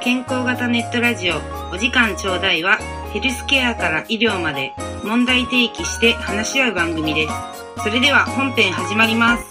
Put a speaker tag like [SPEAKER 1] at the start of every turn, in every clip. [SPEAKER 1] 健康型ネットラジオお時間ちょうだいはヘルスケアから医療まで問題提起して話し合う番組ですそれでは本編始まります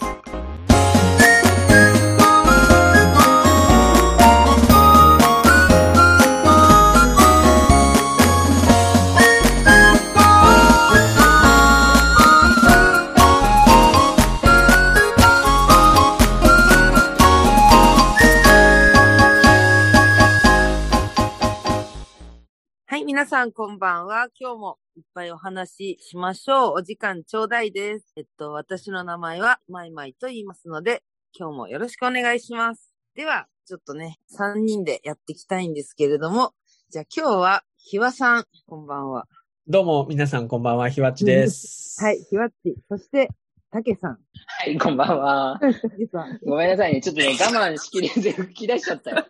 [SPEAKER 2] はい、皆さんこんばんは。今日もいっぱいお話ししましょう。お時間ちょうだいです。えっと、私の名前はマイマイと言いますので、今日もよろしくお願いします。では、ちょっとね、3人でやっていきたいんですけれども、じゃあ今日は、ひわさん、こんばんは。
[SPEAKER 3] どうも、皆さんこんばんは、ひわっちです。
[SPEAKER 2] はい、ひわっち。そして、たけさん。
[SPEAKER 4] はい、こんばんは。
[SPEAKER 2] たけさん。
[SPEAKER 4] ごめんなさいね。ちょっとね、我慢しきれず吹き出しちゃったよ。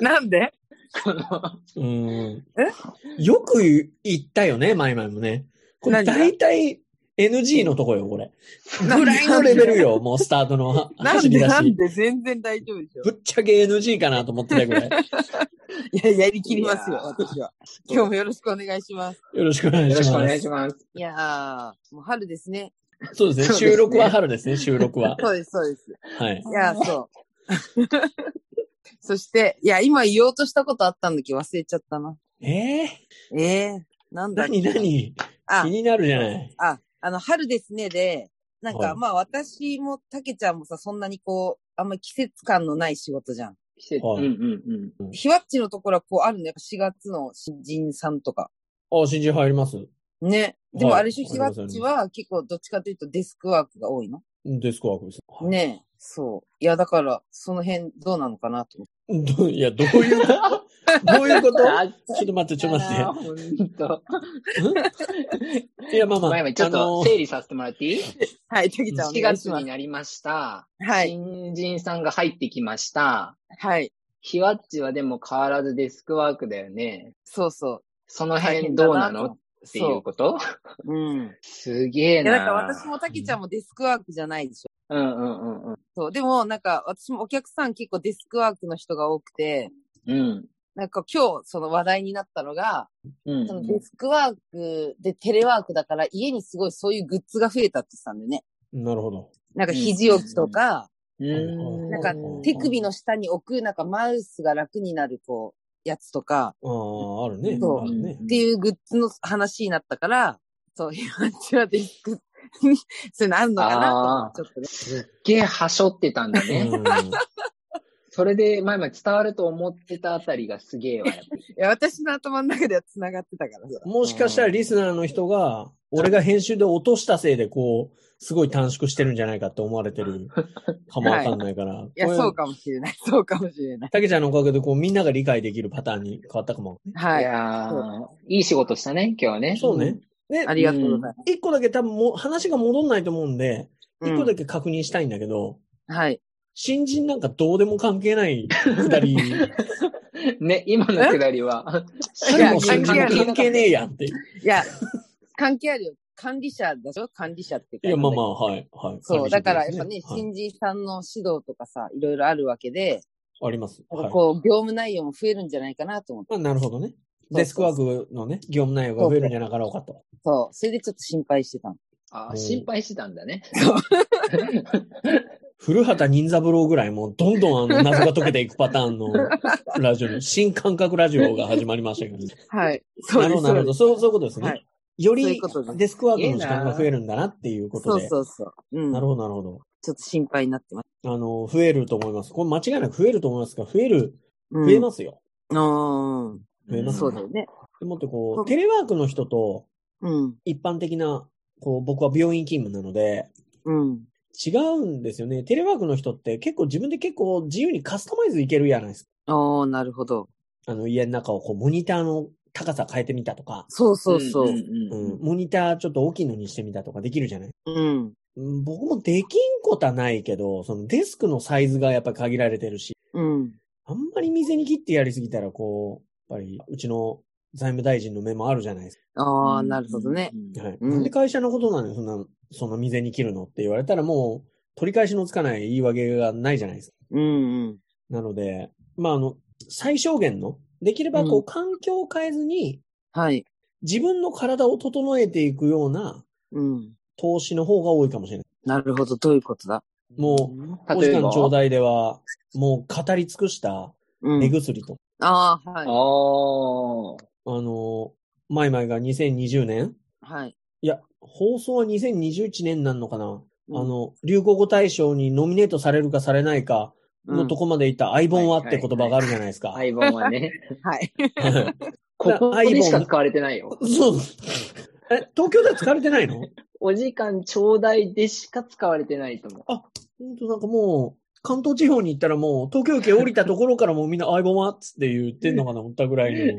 [SPEAKER 2] なん で
[SPEAKER 4] この、
[SPEAKER 3] うーん。よく言ったよね、前々もね。これ
[SPEAKER 2] 何が
[SPEAKER 3] 大体 NG のとこよ、これ。
[SPEAKER 2] なんで
[SPEAKER 3] ぐらいのレベルよ、もうスタートの
[SPEAKER 2] なん
[SPEAKER 3] 走り
[SPEAKER 2] で
[SPEAKER 3] 出
[SPEAKER 2] なん
[SPEAKER 3] し。
[SPEAKER 2] で全然大丈夫でしょ
[SPEAKER 3] ぶっちゃけ NG かなと思ってたぐらい。
[SPEAKER 2] いや、やりきりますよ、
[SPEAKER 4] いやー
[SPEAKER 2] 私は。今日もよろしくお願いします。
[SPEAKER 3] よろしくお願い
[SPEAKER 4] よろし
[SPEAKER 3] し
[SPEAKER 4] くお
[SPEAKER 3] ま
[SPEAKER 4] 願い
[SPEAKER 3] す。
[SPEAKER 4] します。
[SPEAKER 2] いやー、もう春ですね。
[SPEAKER 3] そうですね、
[SPEAKER 4] そうですね
[SPEAKER 3] 収録は春ですね、収録は。
[SPEAKER 2] そうです、そうです。
[SPEAKER 3] はい。
[SPEAKER 2] いや、そう。 そして、いや、今言おうとしたことあったんだけど忘れちゃったな。
[SPEAKER 3] え
[SPEAKER 2] え
[SPEAKER 3] ー、
[SPEAKER 2] えなんだっけ
[SPEAKER 3] 何何
[SPEAKER 2] あ
[SPEAKER 3] 気、になるじゃない。
[SPEAKER 2] あ、あの、春ですねで、なん
[SPEAKER 3] は
[SPEAKER 2] か、
[SPEAKER 3] い
[SPEAKER 2] まあ私もたけちゃんもさ、そんなにこう、あんまり季節感のない仕事じゃん。
[SPEAKER 4] 季節。うん
[SPEAKER 3] は
[SPEAKER 4] う
[SPEAKER 3] い
[SPEAKER 4] ん
[SPEAKER 2] ひわっちのところはこうあるのやっぱ4月の新人さんとか。
[SPEAKER 3] あ、新人入ります
[SPEAKER 2] ね。でも
[SPEAKER 3] はい
[SPEAKER 2] あれでしょ、ひわっちは結構どっちかというとデスクワークが多いの
[SPEAKER 3] デスクワークです。
[SPEAKER 2] ねえ。そう。いや、だから、その辺どうなのかなと思って。
[SPEAKER 3] どういや、どういうことどういうこ
[SPEAKER 4] うん。
[SPEAKER 3] と
[SPEAKER 4] あ、
[SPEAKER 3] ちょっと待って、ちょっと待って。
[SPEAKER 4] ほんと。
[SPEAKER 3] いや、まあまあ、
[SPEAKER 4] 前々ちょっ
[SPEAKER 3] あ
[SPEAKER 4] と
[SPEAKER 3] の
[SPEAKER 4] 整理させてもらっていい
[SPEAKER 2] はい、たけちゃんお
[SPEAKER 4] ?7
[SPEAKER 2] 願い
[SPEAKER 4] 月
[SPEAKER 2] しま
[SPEAKER 4] に
[SPEAKER 2] す。
[SPEAKER 4] なりました。
[SPEAKER 2] はい。
[SPEAKER 4] 新人さんが入ってきました。
[SPEAKER 2] はい。
[SPEAKER 4] ひわっちはでも変わらずデスクワークだよね。
[SPEAKER 2] そうそう。
[SPEAKER 4] その
[SPEAKER 2] 大
[SPEAKER 4] 辺
[SPEAKER 2] 変だ
[SPEAKER 4] どうなのっていうこと
[SPEAKER 2] そう。うん。
[SPEAKER 4] すげえ
[SPEAKER 2] いや、
[SPEAKER 4] な。
[SPEAKER 2] だから私もたけちゃんもデスクワークじゃないでしょ。
[SPEAKER 4] うんうんうんうん。
[SPEAKER 2] そう。でも、なんか、私もお客さん結構デスクワークの人が多くて、
[SPEAKER 4] うん。
[SPEAKER 2] なんか今日その話題になったのが、
[SPEAKER 4] うん
[SPEAKER 2] そのデスクワークでテレワークだから家にすごいそういうグッズが増えたって言ってたんでね。
[SPEAKER 3] なるほど。
[SPEAKER 2] なんか肘置きとか、
[SPEAKER 4] うん。
[SPEAKER 2] なんか手首の下に置くなんかマウスが楽になるこう、やつとか、
[SPEAKER 3] ああ、あるね。
[SPEAKER 2] そう
[SPEAKER 3] あるね。
[SPEAKER 2] っていうグッズの話になったから、そういう話はデスクに、そういうのあるのかなと思ってちょっとね。
[SPEAKER 4] すっげえはしょってたんだね。それで、前々伝わると思ってたあたりがすげえわ。やっぱり
[SPEAKER 2] いや、私の頭の中では繋がってたからさ
[SPEAKER 3] うん。もしかしたらリスナーの人が、俺が編集で落としたせいで、こう、すごい短縮してるんじゃないかって思われてるかもわかんな いから。
[SPEAKER 2] いや、
[SPEAKER 3] これ
[SPEAKER 2] そうかもしれない。 そうかもしれない。
[SPEAKER 3] たけちゃんのおかげで、こう、みんなが理解できるパターンに変わったかも。
[SPEAKER 2] はいい。
[SPEAKER 4] やー
[SPEAKER 2] そ
[SPEAKER 4] いい仕事したね、今日はね。
[SPEAKER 3] そうね。で
[SPEAKER 2] あ、りがとうございます。
[SPEAKER 3] 一個だけ多分もう話が戻んないと思うんで、一個だけ確認したいんだけど、
[SPEAKER 2] はい。
[SPEAKER 3] 新人なんかどうでも関係ない 二人、
[SPEAKER 4] ね、今のくだりは。
[SPEAKER 3] 彼も新人も関係ねえやんって。
[SPEAKER 2] いや、関係あるよ。管理者だしょ管理者っていうか
[SPEAKER 3] いや、まあまあ、はい、はい。
[SPEAKER 2] そう、だからやっぱ
[SPEAKER 3] 感じ
[SPEAKER 2] ね
[SPEAKER 3] て、ますはい
[SPEAKER 2] 新人さんの指導とかさ、いろいろあるわけで、
[SPEAKER 3] あります。
[SPEAKER 2] なん
[SPEAKER 3] は
[SPEAKER 2] か
[SPEAKER 3] い。
[SPEAKER 2] こう、業務内容も増えるんじゃないかなと思って。
[SPEAKER 3] まあ、なるほどね。
[SPEAKER 2] そう
[SPEAKER 3] デスクワークのね、業務内容が増えるんじゃなかろうかと。
[SPEAKER 2] そう、それでちょっと心配してたの。
[SPEAKER 4] あー心配してたんだね。
[SPEAKER 3] 古畑任三郎ぐらいもうどんどんあの謎が解けていくパタ ーンのラジオに、新感覚ラジオが始まりました けど、ね、
[SPEAKER 2] はい。
[SPEAKER 3] なるほど、なるほど。
[SPEAKER 2] ど。
[SPEAKER 3] そう、そういうことですね。
[SPEAKER 2] はい
[SPEAKER 3] よ
[SPEAKER 2] そういう
[SPEAKER 3] り
[SPEAKER 2] ことです
[SPEAKER 3] デスクワークの時間が増えるんだなっていうこ
[SPEAKER 2] そ
[SPEAKER 3] と
[SPEAKER 2] う
[SPEAKER 3] で。
[SPEAKER 2] そうそう。うん。
[SPEAKER 3] なるほど、なるほど。
[SPEAKER 2] ちょっと心配になってます。
[SPEAKER 3] あの、増えると思います。これ間違いなく増えると思いますが、増える、
[SPEAKER 2] う
[SPEAKER 3] 増え
[SPEAKER 2] ん。
[SPEAKER 3] ますよ。
[SPEAKER 2] うん。
[SPEAKER 3] 増え
[SPEAKER 4] うん
[SPEAKER 3] ます
[SPEAKER 2] そうだよね。
[SPEAKER 3] でもってこ
[SPEAKER 2] そう
[SPEAKER 3] う、テレワークの人と
[SPEAKER 2] うん。
[SPEAKER 3] 一般的な、こう、僕は病院勤務なので、
[SPEAKER 2] うん。
[SPEAKER 3] 違うんですよね。テレワークの人って結構自分で結構自由にカスタマイズいけるじゃないですか。
[SPEAKER 2] ああ、なるほど。
[SPEAKER 3] あの家の中をこうモニターの高さ変えてみたとか、
[SPEAKER 2] そうそうそうう。
[SPEAKER 4] ん
[SPEAKER 3] う
[SPEAKER 4] う
[SPEAKER 3] ん、
[SPEAKER 4] ん
[SPEAKER 3] モニターちょっと大きいのにしてみたとかできるじゃない、
[SPEAKER 2] うん。
[SPEAKER 3] うん、僕もできんことはないけど、そのデスクのサイズがやっぱり限られてるし、
[SPEAKER 2] うん。
[SPEAKER 3] あんまり店に切ってやりすぎたらこう、やっぱりうちの財務大臣の目もあるじゃないです
[SPEAKER 2] ああ、なるほどね。。
[SPEAKER 3] か。はい。
[SPEAKER 2] うん
[SPEAKER 3] なんで会社のことなのにそんな、そんな店に切るのって言われたらもう取り返しのつかない言い訳がないじゃないですか。
[SPEAKER 2] うんうん。
[SPEAKER 3] なので、まあ、あの、最小限の、できればこ
[SPEAKER 2] う
[SPEAKER 3] う、環境を変えずに、
[SPEAKER 2] はい。
[SPEAKER 3] 自分の体を整えていくような
[SPEAKER 2] うん。
[SPEAKER 3] 投資の方が多いかもしれない。
[SPEAKER 2] なるほど。どういうことだ
[SPEAKER 3] もう、お時
[SPEAKER 4] 例え
[SPEAKER 3] 間
[SPEAKER 4] ば。
[SPEAKER 3] ちょうだいでは、もう語り尽くした
[SPEAKER 2] うん。
[SPEAKER 3] 目薬と、
[SPEAKER 2] ああ、は
[SPEAKER 4] あ
[SPEAKER 2] い。
[SPEAKER 4] あ。
[SPEAKER 3] あの、マイマイが2020年
[SPEAKER 2] はい。
[SPEAKER 3] いや、放送は2021年なんのかな、
[SPEAKER 2] うん
[SPEAKER 3] あ、の、流行語大賞にノミネートされるかされないかのとこまでいたアイボンはって言葉があるじゃないですか。
[SPEAKER 4] アイボンはね。
[SPEAKER 2] うんはい。
[SPEAKER 3] はい
[SPEAKER 4] ここ
[SPEAKER 3] アイボン
[SPEAKER 4] でしか使われてないよ。
[SPEAKER 3] そう。え、東京では使われてないの
[SPEAKER 4] お時間ちょうだいでしか使われてないと思う。
[SPEAKER 3] 本当なんかもう、関東地方に行ったらもう、東京駅降りたところからもうみんなアイボンはっつって言ってんのかな、思ったぐらいの、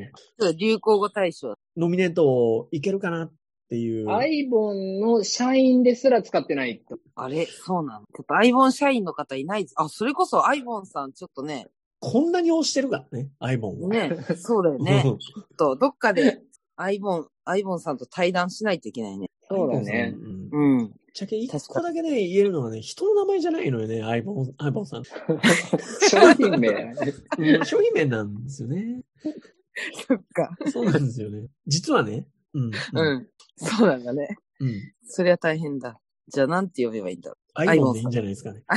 [SPEAKER 2] 流行語大賞。
[SPEAKER 3] ノミネートいけるかなっていう。
[SPEAKER 4] アイボンの社員ですら使ってないと。
[SPEAKER 2] あれそうなのちょっと iPhone 社員の方いないあ、それこそ iPhone さんちょっとね、
[SPEAKER 3] こんなに押してるからね、アイボンを。
[SPEAKER 2] ね、そうだよ ね。ちょっと、どっかで iPhone、iPhone さんと対談しないといけないね。
[SPEAKER 4] そうだね。
[SPEAKER 3] うん。う
[SPEAKER 2] う
[SPEAKER 3] んぶっ
[SPEAKER 2] ん。
[SPEAKER 3] ちゃけ一個だけね、言えるのはね、人の名前じゃないのよね、アイボン、アイボンさん。
[SPEAKER 4] 商品名。
[SPEAKER 3] 商品名なんですよね。
[SPEAKER 2] そっか。
[SPEAKER 3] そうなんですよね。実はね。うん。
[SPEAKER 2] う
[SPEAKER 3] うん。
[SPEAKER 2] ん。そうなんだね。
[SPEAKER 3] うん。
[SPEAKER 2] そりゃ大変だ。じゃあ、なんて呼べばいいんだろ
[SPEAKER 3] アイボンでいいんじゃないですかね。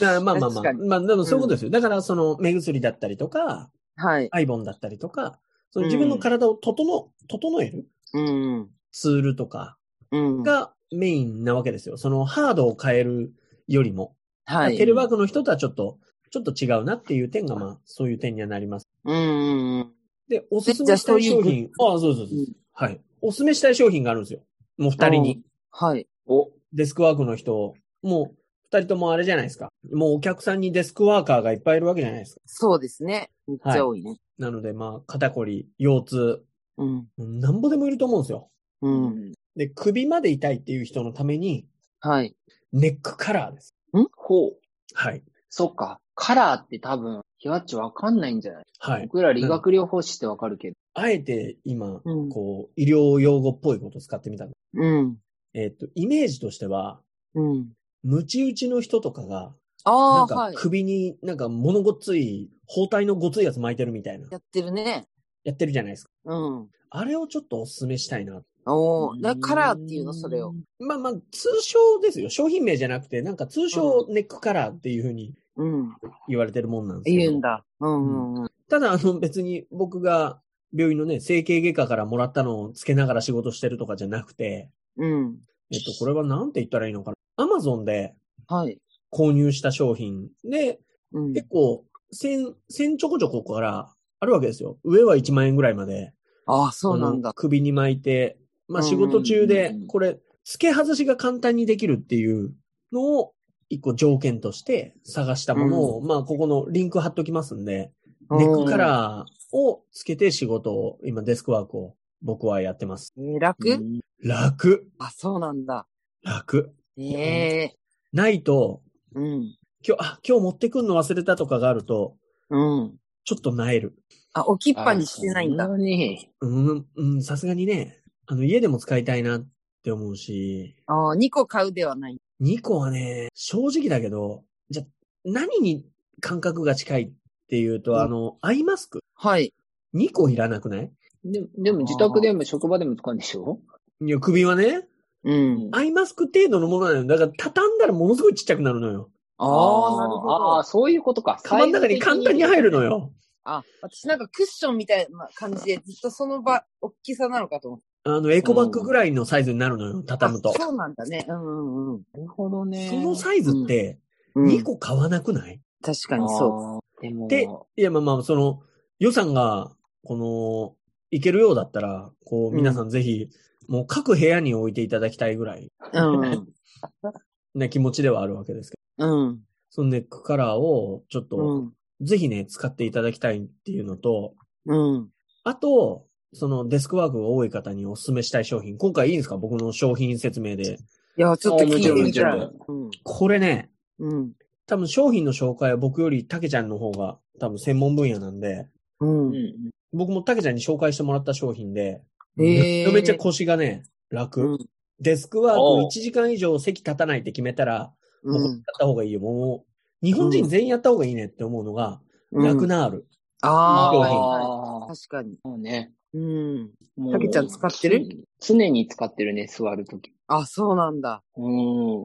[SPEAKER 3] だからまあまあま
[SPEAKER 2] 確
[SPEAKER 3] あ。
[SPEAKER 2] かに
[SPEAKER 3] まあ、でもそういうことですよ。だから、その、目薬だったりとか、
[SPEAKER 2] う。はい。
[SPEAKER 3] アイボンだったりとか、その自分の体を整、整える
[SPEAKER 2] うん。
[SPEAKER 3] ツールとか
[SPEAKER 2] うん。
[SPEAKER 3] がメインなわけですよ。その、ハードを変えるよりも。
[SPEAKER 2] は
[SPEAKER 3] テ
[SPEAKER 2] い。
[SPEAKER 3] レワークの人とはちょっと、ちょっと違うなっていう点が、まあ、そういう点にはなります。
[SPEAKER 2] うんうんうん。
[SPEAKER 3] で、おすすめしたい商品。ああ、そうそうそう
[SPEAKER 2] うん
[SPEAKER 3] はい。おすすめしたい商品があるんですよ。もう二人に。
[SPEAKER 2] はい。
[SPEAKER 4] お、
[SPEAKER 3] デスクワークの人、もう二人ともあれじゃないですか。もうお客さんにデスクワーカーがいっぱいいるわけじゃないですか。
[SPEAKER 2] そうですね。めっちゃ多いね。
[SPEAKER 3] なので、まあ、肩こり、腰痛、
[SPEAKER 2] うん。
[SPEAKER 3] なんぼでもいると思うんですよ。
[SPEAKER 2] う。
[SPEAKER 4] うんん。
[SPEAKER 3] で、首まで痛いっていう人のために、
[SPEAKER 2] はい。
[SPEAKER 3] ネックカラーです。
[SPEAKER 4] ほう。
[SPEAKER 3] はい。
[SPEAKER 4] そっか。カラーって多分、ひわっちわかんないんじゃない
[SPEAKER 3] はい。
[SPEAKER 4] 僕ら理学療法士ってわかるけど。
[SPEAKER 3] あえて今、
[SPEAKER 2] うん。
[SPEAKER 3] こう、医療用語っぽいことを使ってみたの。
[SPEAKER 2] うん。
[SPEAKER 3] えっ、と、イメージとしては、
[SPEAKER 2] うん。
[SPEAKER 3] ムチ打ちの人とかが、な
[SPEAKER 2] あ
[SPEAKER 3] ん
[SPEAKER 2] あー、
[SPEAKER 3] か
[SPEAKER 2] はい。
[SPEAKER 3] 首になんか物ごっつい、包帯のごついやつ巻いてるみたいな、
[SPEAKER 2] やってるね。
[SPEAKER 3] やってるじゃないですか。
[SPEAKER 2] うん。
[SPEAKER 3] あれをちょっとお勧めしたいな。
[SPEAKER 2] おー、なカラーっていうの、それを。。
[SPEAKER 3] まあまあ、通称ですよ。商品名じゃなくて、なんか通称ネックカラーっていうふうに
[SPEAKER 2] うん。
[SPEAKER 3] 言われてるもんなんですけど。
[SPEAKER 2] 言うんだ。うんうんうん。
[SPEAKER 3] ただ、あの別に僕が病院のね、整形外科からもらったのをつけながら仕事してるとかじゃなくて、
[SPEAKER 2] うん。
[SPEAKER 3] えっと、これはなんて言ったらいいのかな。アマゾンで
[SPEAKER 2] はい。
[SPEAKER 3] 購入した商品で、
[SPEAKER 2] うん。
[SPEAKER 3] 結構、千、千ちょこちょこからあるわけですよ。上は1万円ぐらいまで。
[SPEAKER 2] ああ、そうなん
[SPEAKER 3] あの
[SPEAKER 2] だ。
[SPEAKER 3] 首に巻いて、まあ
[SPEAKER 2] うん
[SPEAKER 3] 仕事中
[SPEAKER 4] う
[SPEAKER 3] で
[SPEAKER 4] んうん、
[SPEAKER 3] これ、付け外しが簡単にできるっていうのを、一個条件として探したものを、まあここのリンク貼っときますんで、ネックカ
[SPEAKER 2] ー。
[SPEAKER 3] ラーをつけて仕事を、今デスクワークを僕はやってます。
[SPEAKER 2] えー楽、
[SPEAKER 4] うん
[SPEAKER 3] 楽
[SPEAKER 2] あ、そうなんだ。
[SPEAKER 3] 楽
[SPEAKER 2] ええ
[SPEAKER 3] ないと、
[SPEAKER 2] うん。
[SPEAKER 3] 今日、あ、今日持ってくんの忘れたとかがあると、
[SPEAKER 2] うん。
[SPEAKER 3] ちょっとなえる。
[SPEAKER 2] あ、置きっぱにしてないん
[SPEAKER 4] あ
[SPEAKER 2] だ
[SPEAKER 4] そ。に。
[SPEAKER 3] うん、うん、さすがにね、あの家でも使いたいなって思うし、
[SPEAKER 2] ああ、2個買うではない。
[SPEAKER 3] 2個はね、正直だけど、じゃ、何に感覚が近いっていうと、
[SPEAKER 2] うん
[SPEAKER 3] あの、アイマスク
[SPEAKER 2] はい。
[SPEAKER 3] ?2 個いらなくない
[SPEAKER 4] ででも自宅でも職場でも使うんでしょ
[SPEAKER 3] いや、首はね、
[SPEAKER 2] うん。
[SPEAKER 3] アイマスク程度のものなのよ。だから、畳んだらものすごいちっちゃくなるのよ。
[SPEAKER 2] ああ、なるほ
[SPEAKER 4] あ
[SPEAKER 2] ど
[SPEAKER 4] あ、。そういうことか。
[SPEAKER 3] カバンの中に簡単に入るのよ。
[SPEAKER 2] あ、私なんかクッションみたいな感じでずっとその場、大きさなのかと思っ
[SPEAKER 3] あの、エコバッグぐらいのサイズになるのよ、
[SPEAKER 2] た。
[SPEAKER 3] 畳むと
[SPEAKER 2] あ。そうなんだね。うんうんうん。
[SPEAKER 4] なるほどね。
[SPEAKER 3] そのサイズって、
[SPEAKER 2] うん
[SPEAKER 3] 2個買わなくない、
[SPEAKER 2] 確かにそう。
[SPEAKER 4] う。でも、
[SPEAKER 3] でいや、まあまあ、その、予算が、この、いけるようだったら、こう、皆さんぜひ、もう各部屋に置いていただきたいぐらい
[SPEAKER 2] うん。
[SPEAKER 3] な気持ちではあるわけですけど
[SPEAKER 2] うん。
[SPEAKER 3] そのネックカラーをちょっ
[SPEAKER 2] う
[SPEAKER 3] と、
[SPEAKER 2] ん。
[SPEAKER 3] ぜひね、使っていただきたいっていうのと、
[SPEAKER 2] うん。
[SPEAKER 3] あと、そのデスクワークが多い方にお勧めしたい商品。今回いいんですか僕の商品説明で。
[SPEAKER 2] いや、ちょっと聞いてみた
[SPEAKER 4] あ
[SPEAKER 2] い
[SPEAKER 4] も。
[SPEAKER 2] うん。
[SPEAKER 3] これね、
[SPEAKER 2] うん。
[SPEAKER 3] 多分商品の紹介は僕よりたけちゃんの方が多分専門分野なんで、
[SPEAKER 2] う
[SPEAKER 4] うん
[SPEAKER 2] ん。
[SPEAKER 3] 僕もたけちゃんに紹介してもらった商品で、
[SPEAKER 2] へー
[SPEAKER 3] めっちゃめちゃ腰がね、楽。
[SPEAKER 2] うん
[SPEAKER 3] デスクワー
[SPEAKER 4] おう
[SPEAKER 3] ク1時間以上席立たないって決めたら、もうこ
[SPEAKER 2] う
[SPEAKER 3] れやっ
[SPEAKER 2] ん。
[SPEAKER 3] た方がいいよ。も日本人全員やった方がいいねって思うのが、
[SPEAKER 4] うん
[SPEAKER 3] なくなる。
[SPEAKER 2] あ
[SPEAKER 3] ー
[SPEAKER 2] あ、確かに。
[SPEAKER 4] そうね。
[SPEAKER 2] うん。
[SPEAKER 4] もう
[SPEAKER 2] たけちゃん使ってる
[SPEAKER 4] 常に使ってるね、座るとき。
[SPEAKER 2] あ、そうなんだ。
[SPEAKER 4] う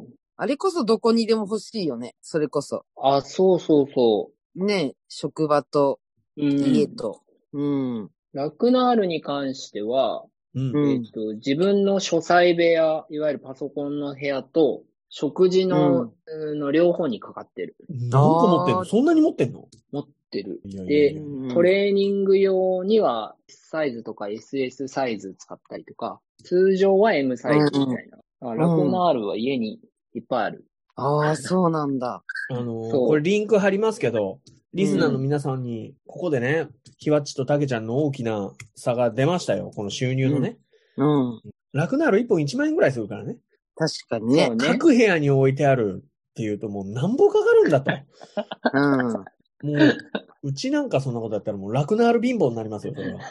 [SPEAKER 4] ん。
[SPEAKER 2] あれこそどこにでも欲しいよね。それこそ。
[SPEAKER 4] あ、そうそうそ
[SPEAKER 2] ねえ職場と
[SPEAKER 4] う。うん
[SPEAKER 2] 家と。うん。
[SPEAKER 4] ラクナールに関しては、
[SPEAKER 3] うん。
[SPEAKER 2] うん
[SPEAKER 4] えっと、自分の書斎部屋、いわゆるパソコンの部屋と、食事の、うんの両方にかかってる。
[SPEAKER 3] 何個持ってん
[SPEAKER 2] あ
[SPEAKER 3] の
[SPEAKER 2] ー
[SPEAKER 3] そんなに持ってんの
[SPEAKER 4] 持ってる。
[SPEAKER 3] いやいやい
[SPEAKER 4] で
[SPEAKER 3] や、
[SPEAKER 4] トレーニング用には S サイズとか SS サイズ使ったりとか、通常は M サイズみたいな。だからラクナールは家にいっぱいある。
[SPEAKER 2] ああ、そうなんだ。
[SPEAKER 3] あのー
[SPEAKER 4] そう
[SPEAKER 3] これリンク貼りますけど、リスナーの皆さんに、ここでね、ひわっちとたけちゃんの大きな差が出ましたよ。この収入のね。
[SPEAKER 2] うん。
[SPEAKER 3] 楽なる1本1万円ぐらいするからね。
[SPEAKER 2] 確かにね
[SPEAKER 4] そう。
[SPEAKER 3] 各部屋に置いてあるっていうともう何本かかるん だと。
[SPEAKER 2] うん。
[SPEAKER 3] もう、うちなんかそんなことやったらもう楽なる貧乏になりますよ、それは。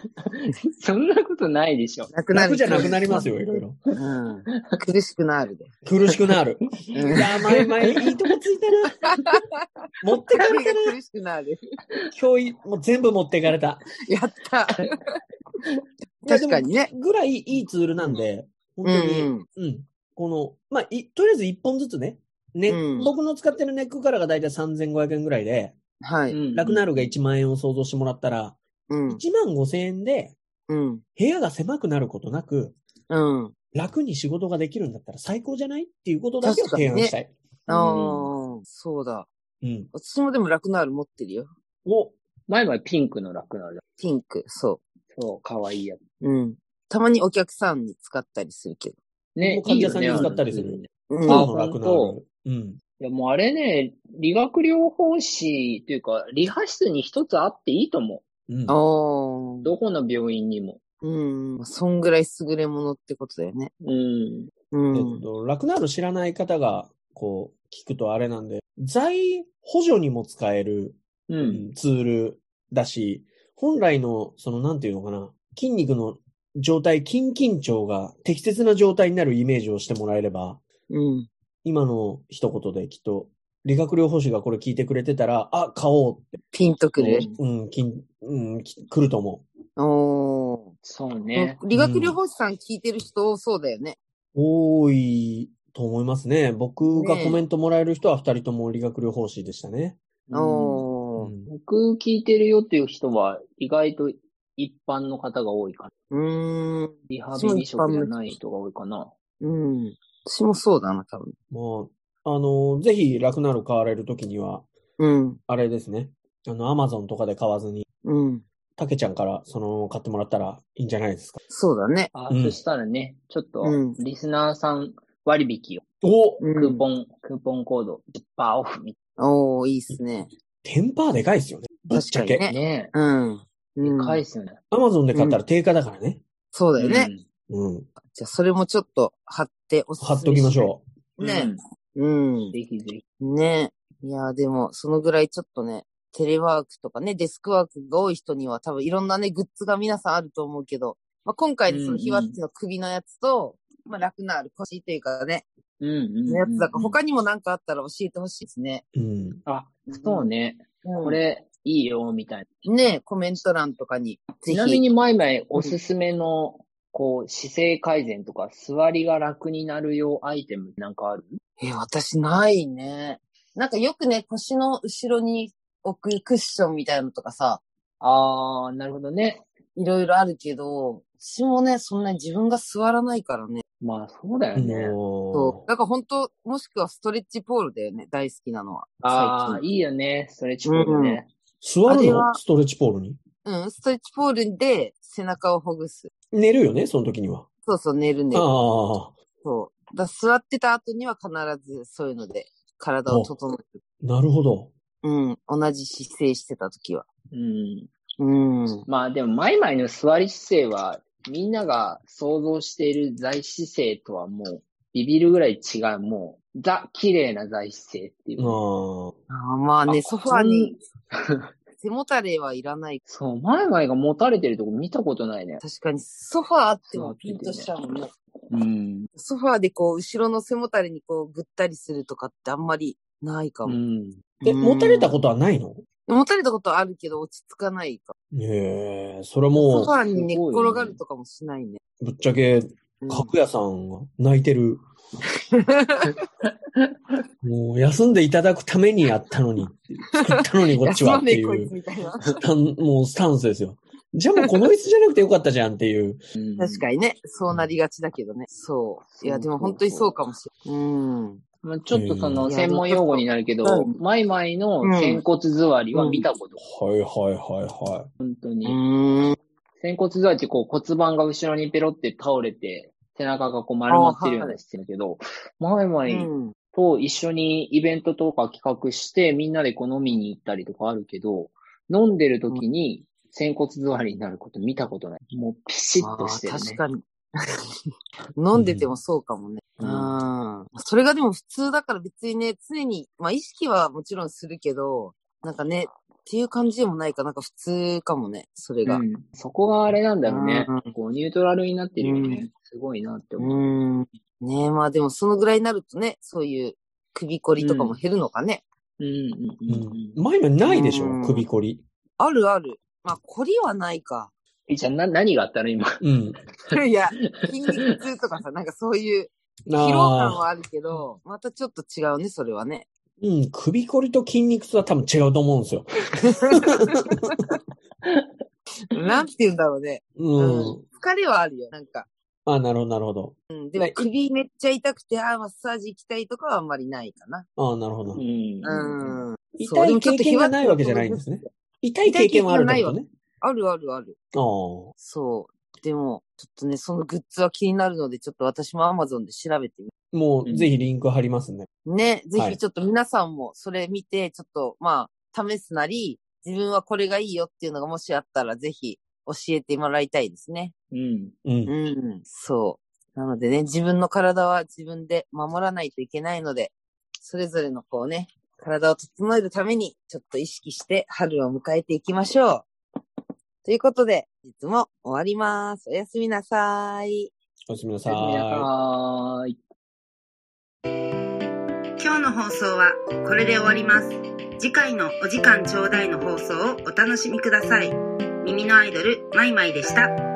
[SPEAKER 4] そんなことないでしょ。
[SPEAKER 2] なくなる。
[SPEAKER 3] 楽じゃなくなりますよ、いろいろ。
[SPEAKER 2] うん。苦しくなるで。
[SPEAKER 3] 苦しくなる。い
[SPEAKER 2] うん
[SPEAKER 3] や、前々いいとこついたな。持ってかれ
[SPEAKER 2] 首
[SPEAKER 3] た
[SPEAKER 2] が
[SPEAKER 3] な。
[SPEAKER 2] 苦しくなる。
[SPEAKER 3] 今日い、もう全部持ってかれた。
[SPEAKER 2] やった。
[SPEAKER 3] いやで
[SPEAKER 2] 確
[SPEAKER 3] も
[SPEAKER 2] かにね。
[SPEAKER 3] ぐらいいいツールなんで、本
[SPEAKER 2] う
[SPEAKER 3] 当に、うん、
[SPEAKER 2] ん。
[SPEAKER 3] この、まあ、い、とりあえず一本ずつね。ね、
[SPEAKER 2] うん
[SPEAKER 3] 僕の使ってるネックカラーがだいたい3500円ぐらいで、
[SPEAKER 2] は
[SPEAKER 4] う
[SPEAKER 2] い。
[SPEAKER 4] ん
[SPEAKER 3] ラクナールが1万円を想像してもらったら、
[SPEAKER 2] うん。
[SPEAKER 3] 1万5000円で
[SPEAKER 2] うん。
[SPEAKER 3] 部屋が狭くなることなく、
[SPEAKER 2] うん。
[SPEAKER 3] 楽に仕事ができるんだったら最高じゃないっていうことだけを
[SPEAKER 2] 確かに
[SPEAKER 3] 提
[SPEAKER 2] ね
[SPEAKER 3] 案したい。
[SPEAKER 2] ああ、そうだ。
[SPEAKER 3] うん。
[SPEAKER 2] 私もでも楽なる持ってるよ。
[SPEAKER 3] お、
[SPEAKER 4] 前はピンクのラクナールだ。
[SPEAKER 2] ピンク、そ
[SPEAKER 4] そう、かわいいやつ。
[SPEAKER 2] う。うん。たまにお客さんに使ったりするけど。
[SPEAKER 4] ね、
[SPEAKER 3] 僕も患者さん
[SPEAKER 4] いいよね
[SPEAKER 3] に使ったりする
[SPEAKER 2] う
[SPEAKER 3] あ
[SPEAKER 2] ん。
[SPEAKER 3] の楽な
[SPEAKER 4] 本
[SPEAKER 3] る。うん。
[SPEAKER 4] いや、もうあれね、理学療法士というか、理派室に一つあっていいと思
[SPEAKER 3] うん。
[SPEAKER 2] あ
[SPEAKER 4] う。
[SPEAKER 2] あ。
[SPEAKER 4] どこの病院にも。
[SPEAKER 2] うん。そんぐらい優れものってことだよね。
[SPEAKER 4] うん。
[SPEAKER 2] う
[SPEAKER 3] えっ
[SPEAKER 2] ん。
[SPEAKER 3] と、楽なる知らない方が、こう、聞くとあれなんで、財補助にも使える
[SPEAKER 4] うん。
[SPEAKER 3] ツールだし、本来の、その、なんていうのかな、筋肉の状態、筋緊張が適切な状態になるイメージをしてもらえれば、
[SPEAKER 2] うん。
[SPEAKER 3] 今の一言できっと、理学療法士がこれ聞いてくれてたら、あ、買おうって、
[SPEAKER 2] ピンとくる。
[SPEAKER 3] うん、筋、うん、き来ると思
[SPEAKER 2] おー。
[SPEAKER 4] そうね。
[SPEAKER 2] 理学療法士さん聞いてる人多そうだよね。
[SPEAKER 3] う。多いと思いますね。僕が
[SPEAKER 2] ねえ
[SPEAKER 3] コメントもらえる人は二人とも理学療法士でしたね。
[SPEAKER 4] うん
[SPEAKER 2] おー。
[SPEAKER 4] 僕聞いてるよっていう人は、意外と一般の方が多いかな。
[SPEAKER 2] うーん。
[SPEAKER 4] リハビリ職じゃない人が多いかな。
[SPEAKER 2] うん。私もそうだな、多分。
[SPEAKER 3] もう、あの、ぜひ楽なる買われるときには、
[SPEAKER 2] うん。
[SPEAKER 3] あれですね。あの、アマゾンとかで買わずに、
[SPEAKER 2] うん。
[SPEAKER 3] たけちゃんからその買ってもらったらいいんじゃないですか。
[SPEAKER 2] そうだね。
[SPEAKER 4] あ、
[SPEAKER 3] うん
[SPEAKER 4] そしたらね、ちょっと
[SPEAKER 2] うん、
[SPEAKER 4] リスナーさん割引を、
[SPEAKER 3] お
[SPEAKER 4] ク
[SPEAKER 2] う
[SPEAKER 4] ー
[SPEAKER 2] ん。
[SPEAKER 4] ポン、クーポンコード、10%オフみ
[SPEAKER 2] おー、いいっすね。
[SPEAKER 3] テンパーでかいですよね。ぶっちゃ
[SPEAKER 2] 確かに
[SPEAKER 4] た
[SPEAKER 3] け。
[SPEAKER 2] ね
[SPEAKER 4] いな。ね
[SPEAKER 2] うん。う
[SPEAKER 4] え。返
[SPEAKER 2] ん、
[SPEAKER 4] すよね。
[SPEAKER 3] アマゾンで買ったら定価だからね。
[SPEAKER 2] そうだよね。
[SPEAKER 3] うん。
[SPEAKER 2] じゃあ、それもちょっと貼っておすすめ
[SPEAKER 3] 貼っときましょ
[SPEAKER 4] うん。
[SPEAKER 2] ね
[SPEAKER 4] うん
[SPEAKER 2] う。うん。
[SPEAKER 4] ぜひぜひ。
[SPEAKER 2] ねいやー、でも、そのぐらいちょっとね、テレワークとかね、デスクワークが多い人には多分いろんなね、グッズが皆さんあると思うけど、まあ、今回のそのひわっちの首のやつと、まあ、楽なる腰っていうかね、
[SPEAKER 4] うんうんうん。
[SPEAKER 2] のやつだから、他にもなんかあったら教えてほしいですね。
[SPEAKER 3] う。うん。
[SPEAKER 4] あ、そうね。
[SPEAKER 2] こ
[SPEAKER 4] これ、いいよ、みたいな。
[SPEAKER 2] ねえ、コメント欄とかに、ぜ
[SPEAKER 4] ち
[SPEAKER 2] ひ。
[SPEAKER 4] なみに、前々おすすめの、こう、姿勢改善とか、座りが楽になるようアイテムなんかある
[SPEAKER 2] え、私ないね。なんかよくね、腰の後ろに置くクッションみたいなのとかさ、
[SPEAKER 4] あー、なるほどね。
[SPEAKER 2] いろいろあるけど、私もね、そんなに自分が座らないからね。
[SPEAKER 4] まあ、そうだよね。
[SPEAKER 2] そう。
[SPEAKER 3] も
[SPEAKER 2] だから本当もしくはストレッチポールだよね、大好きなのは。
[SPEAKER 4] あ
[SPEAKER 2] 最
[SPEAKER 4] ー、
[SPEAKER 2] 近。
[SPEAKER 4] いいよね。ストレッチポールね。
[SPEAKER 3] う。座
[SPEAKER 2] あ
[SPEAKER 3] る
[SPEAKER 2] れ
[SPEAKER 3] の
[SPEAKER 2] は
[SPEAKER 3] ストレッチポールに。
[SPEAKER 2] うん、ストレッチポールで背中をほぐす。
[SPEAKER 3] 寝るよね、その時には。
[SPEAKER 2] そうそう、寝る寝る。
[SPEAKER 3] ああ、
[SPEAKER 2] そう。だから座ってた後には必ずそういうので体を整える。
[SPEAKER 3] なるほど。
[SPEAKER 2] うん、同じ姿勢してた時は。
[SPEAKER 4] うん。
[SPEAKER 2] うん。
[SPEAKER 4] まあ、でも、前々の座り姿勢は、みんなが想像している在姿勢とはもう、ビビるぐらい違う、もう、ザ、綺麗な在姿勢っていう。
[SPEAKER 3] あ
[SPEAKER 2] あーまあね、
[SPEAKER 4] あ
[SPEAKER 2] ソファーに、背もたれはいらない。
[SPEAKER 4] そう、前々が持たれてるとこ見たことないね。
[SPEAKER 2] 確かに、ソファーあってもピンとしちゃうもんね。
[SPEAKER 4] うん。
[SPEAKER 2] ソファーでこう、後ろの背もたれにこう、ぐったりするとかってあんまりないか
[SPEAKER 4] う
[SPEAKER 2] も。
[SPEAKER 4] ん。
[SPEAKER 3] え、持たれたことはないの
[SPEAKER 2] 持たれたことはあるけど落ち着かないか。
[SPEAKER 3] ええそれ
[SPEAKER 2] ソ
[SPEAKER 3] も
[SPEAKER 2] ファーに寝っ転がるとかもしないね。
[SPEAKER 3] う、ぶっちゃけ、
[SPEAKER 2] うん
[SPEAKER 3] 角屋さんが泣い てる。もう、休んでいただくためにやったのに、作ったのにこっちはってい
[SPEAKER 2] 休まねえこいうつ、みたいな。
[SPEAKER 3] スタンもうスタンスですよ。じゃあもうこの椅子じゃなくてよかったじゃんっていう。
[SPEAKER 4] うん
[SPEAKER 2] 確かにね、そうなりがちだけどね。そう。いや、でも本当にそうかもしれない。うん。
[SPEAKER 4] まあ、ちょっとそ
[SPEAKER 3] うん
[SPEAKER 4] の専門用語になるけど
[SPEAKER 2] うん、
[SPEAKER 4] マイマイの仙骨座りは見たこと。
[SPEAKER 3] はいはいはいは
[SPEAKER 4] 本当
[SPEAKER 2] う
[SPEAKER 4] に。
[SPEAKER 2] ーん。
[SPEAKER 4] 仙骨座りってこう骨盤が後ろにペロって倒れて、背中がこう丸まってるようなしてるけど、マイマイ
[SPEAKER 2] うん
[SPEAKER 4] と一緒にイベントとか企画して、みんなでこう飲みに行ったりとかあるけど、飲んでる時に、仙骨座りになること見たことない。もうピシッとしてる
[SPEAKER 2] あ
[SPEAKER 4] ね。
[SPEAKER 2] ー確かに。 飲んでてもそうかもね。
[SPEAKER 4] う
[SPEAKER 2] うんん。それがでも普通だから別にね、常に、まあ意識はもちろんするけど、なんかね、っていう感じでもないか、なんか普通かもね、それが。
[SPEAKER 4] う
[SPEAKER 2] うん
[SPEAKER 4] そこがあれなんだろうね
[SPEAKER 2] う。
[SPEAKER 4] こうニュートラルになってるよね。すごいなって思う。
[SPEAKER 2] ん。ねえ、まあでもそのぐらいになるとね、そういう首こりとかも減るのかね。
[SPEAKER 4] うんう
[SPEAKER 3] い。
[SPEAKER 4] んうん
[SPEAKER 3] うん。前もないでしょ
[SPEAKER 2] うん
[SPEAKER 3] 首こり。
[SPEAKER 2] あるある。まあ、こりはない か。
[SPEAKER 4] え、じゃあな、何があったの今。
[SPEAKER 3] うん。
[SPEAKER 2] いや、筋肉痛とかさ、なんかそういう疲労感
[SPEAKER 3] ああ。
[SPEAKER 2] はあるけど、またちょっと違うね、それは ね。
[SPEAKER 3] うん、首こりと筋肉痛は多分違うと思うんですよ。
[SPEAKER 2] なんて言うんだろうね。
[SPEAKER 3] うん。
[SPEAKER 2] 疲れはあるよ、なんか。
[SPEAKER 3] ああ、なるほど、なるほど。
[SPEAKER 2] うん、でも首めっちゃ痛くて、ああ、マッサージ行きたいとかはあんまりないかな。
[SPEAKER 3] ああ、なるほど。
[SPEAKER 4] ん
[SPEAKER 2] うん。そう
[SPEAKER 3] 痛
[SPEAKER 2] で
[SPEAKER 3] い
[SPEAKER 2] もちょ
[SPEAKER 3] 経
[SPEAKER 2] っと
[SPEAKER 3] 験
[SPEAKER 2] ひわ
[SPEAKER 3] が
[SPEAKER 2] っと
[SPEAKER 3] ないわけじゃないんですね。痛い経験はあるってことね。
[SPEAKER 2] あるあるある。
[SPEAKER 3] あ
[SPEAKER 2] そう。でも、ちょっとね、そのグッズは気になるので、ちょっと私も Amazon で調べてみ
[SPEAKER 3] あ。もう、ぜひリンク貼りますね。
[SPEAKER 2] ね、ぜ
[SPEAKER 3] はい
[SPEAKER 2] ひちょっと皆さんもそれ見て、ちょっとまあ、試すなり、自分はこれがいいよっていうのがもしあったら、ぜひ教えてもらいたいですね。
[SPEAKER 4] うん。
[SPEAKER 3] うん
[SPEAKER 2] う。ん、そう。なのでね、自分の体は自分で守らないといけないので、それぞれのこうね、体を整えるために、ちょっと意識して春を迎えていきましょう。ということで、いつも終わります。おやすみなさい。
[SPEAKER 3] おやすみなさ
[SPEAKER 4] さ
[SPEAKER 3] い。
[SPEAKER 4] あ、
[SPEAKER 1] 今日の放送はこれで終わります次回のお時間ちょうだいの放送をお楽しみください耳のアイドルマイマイでした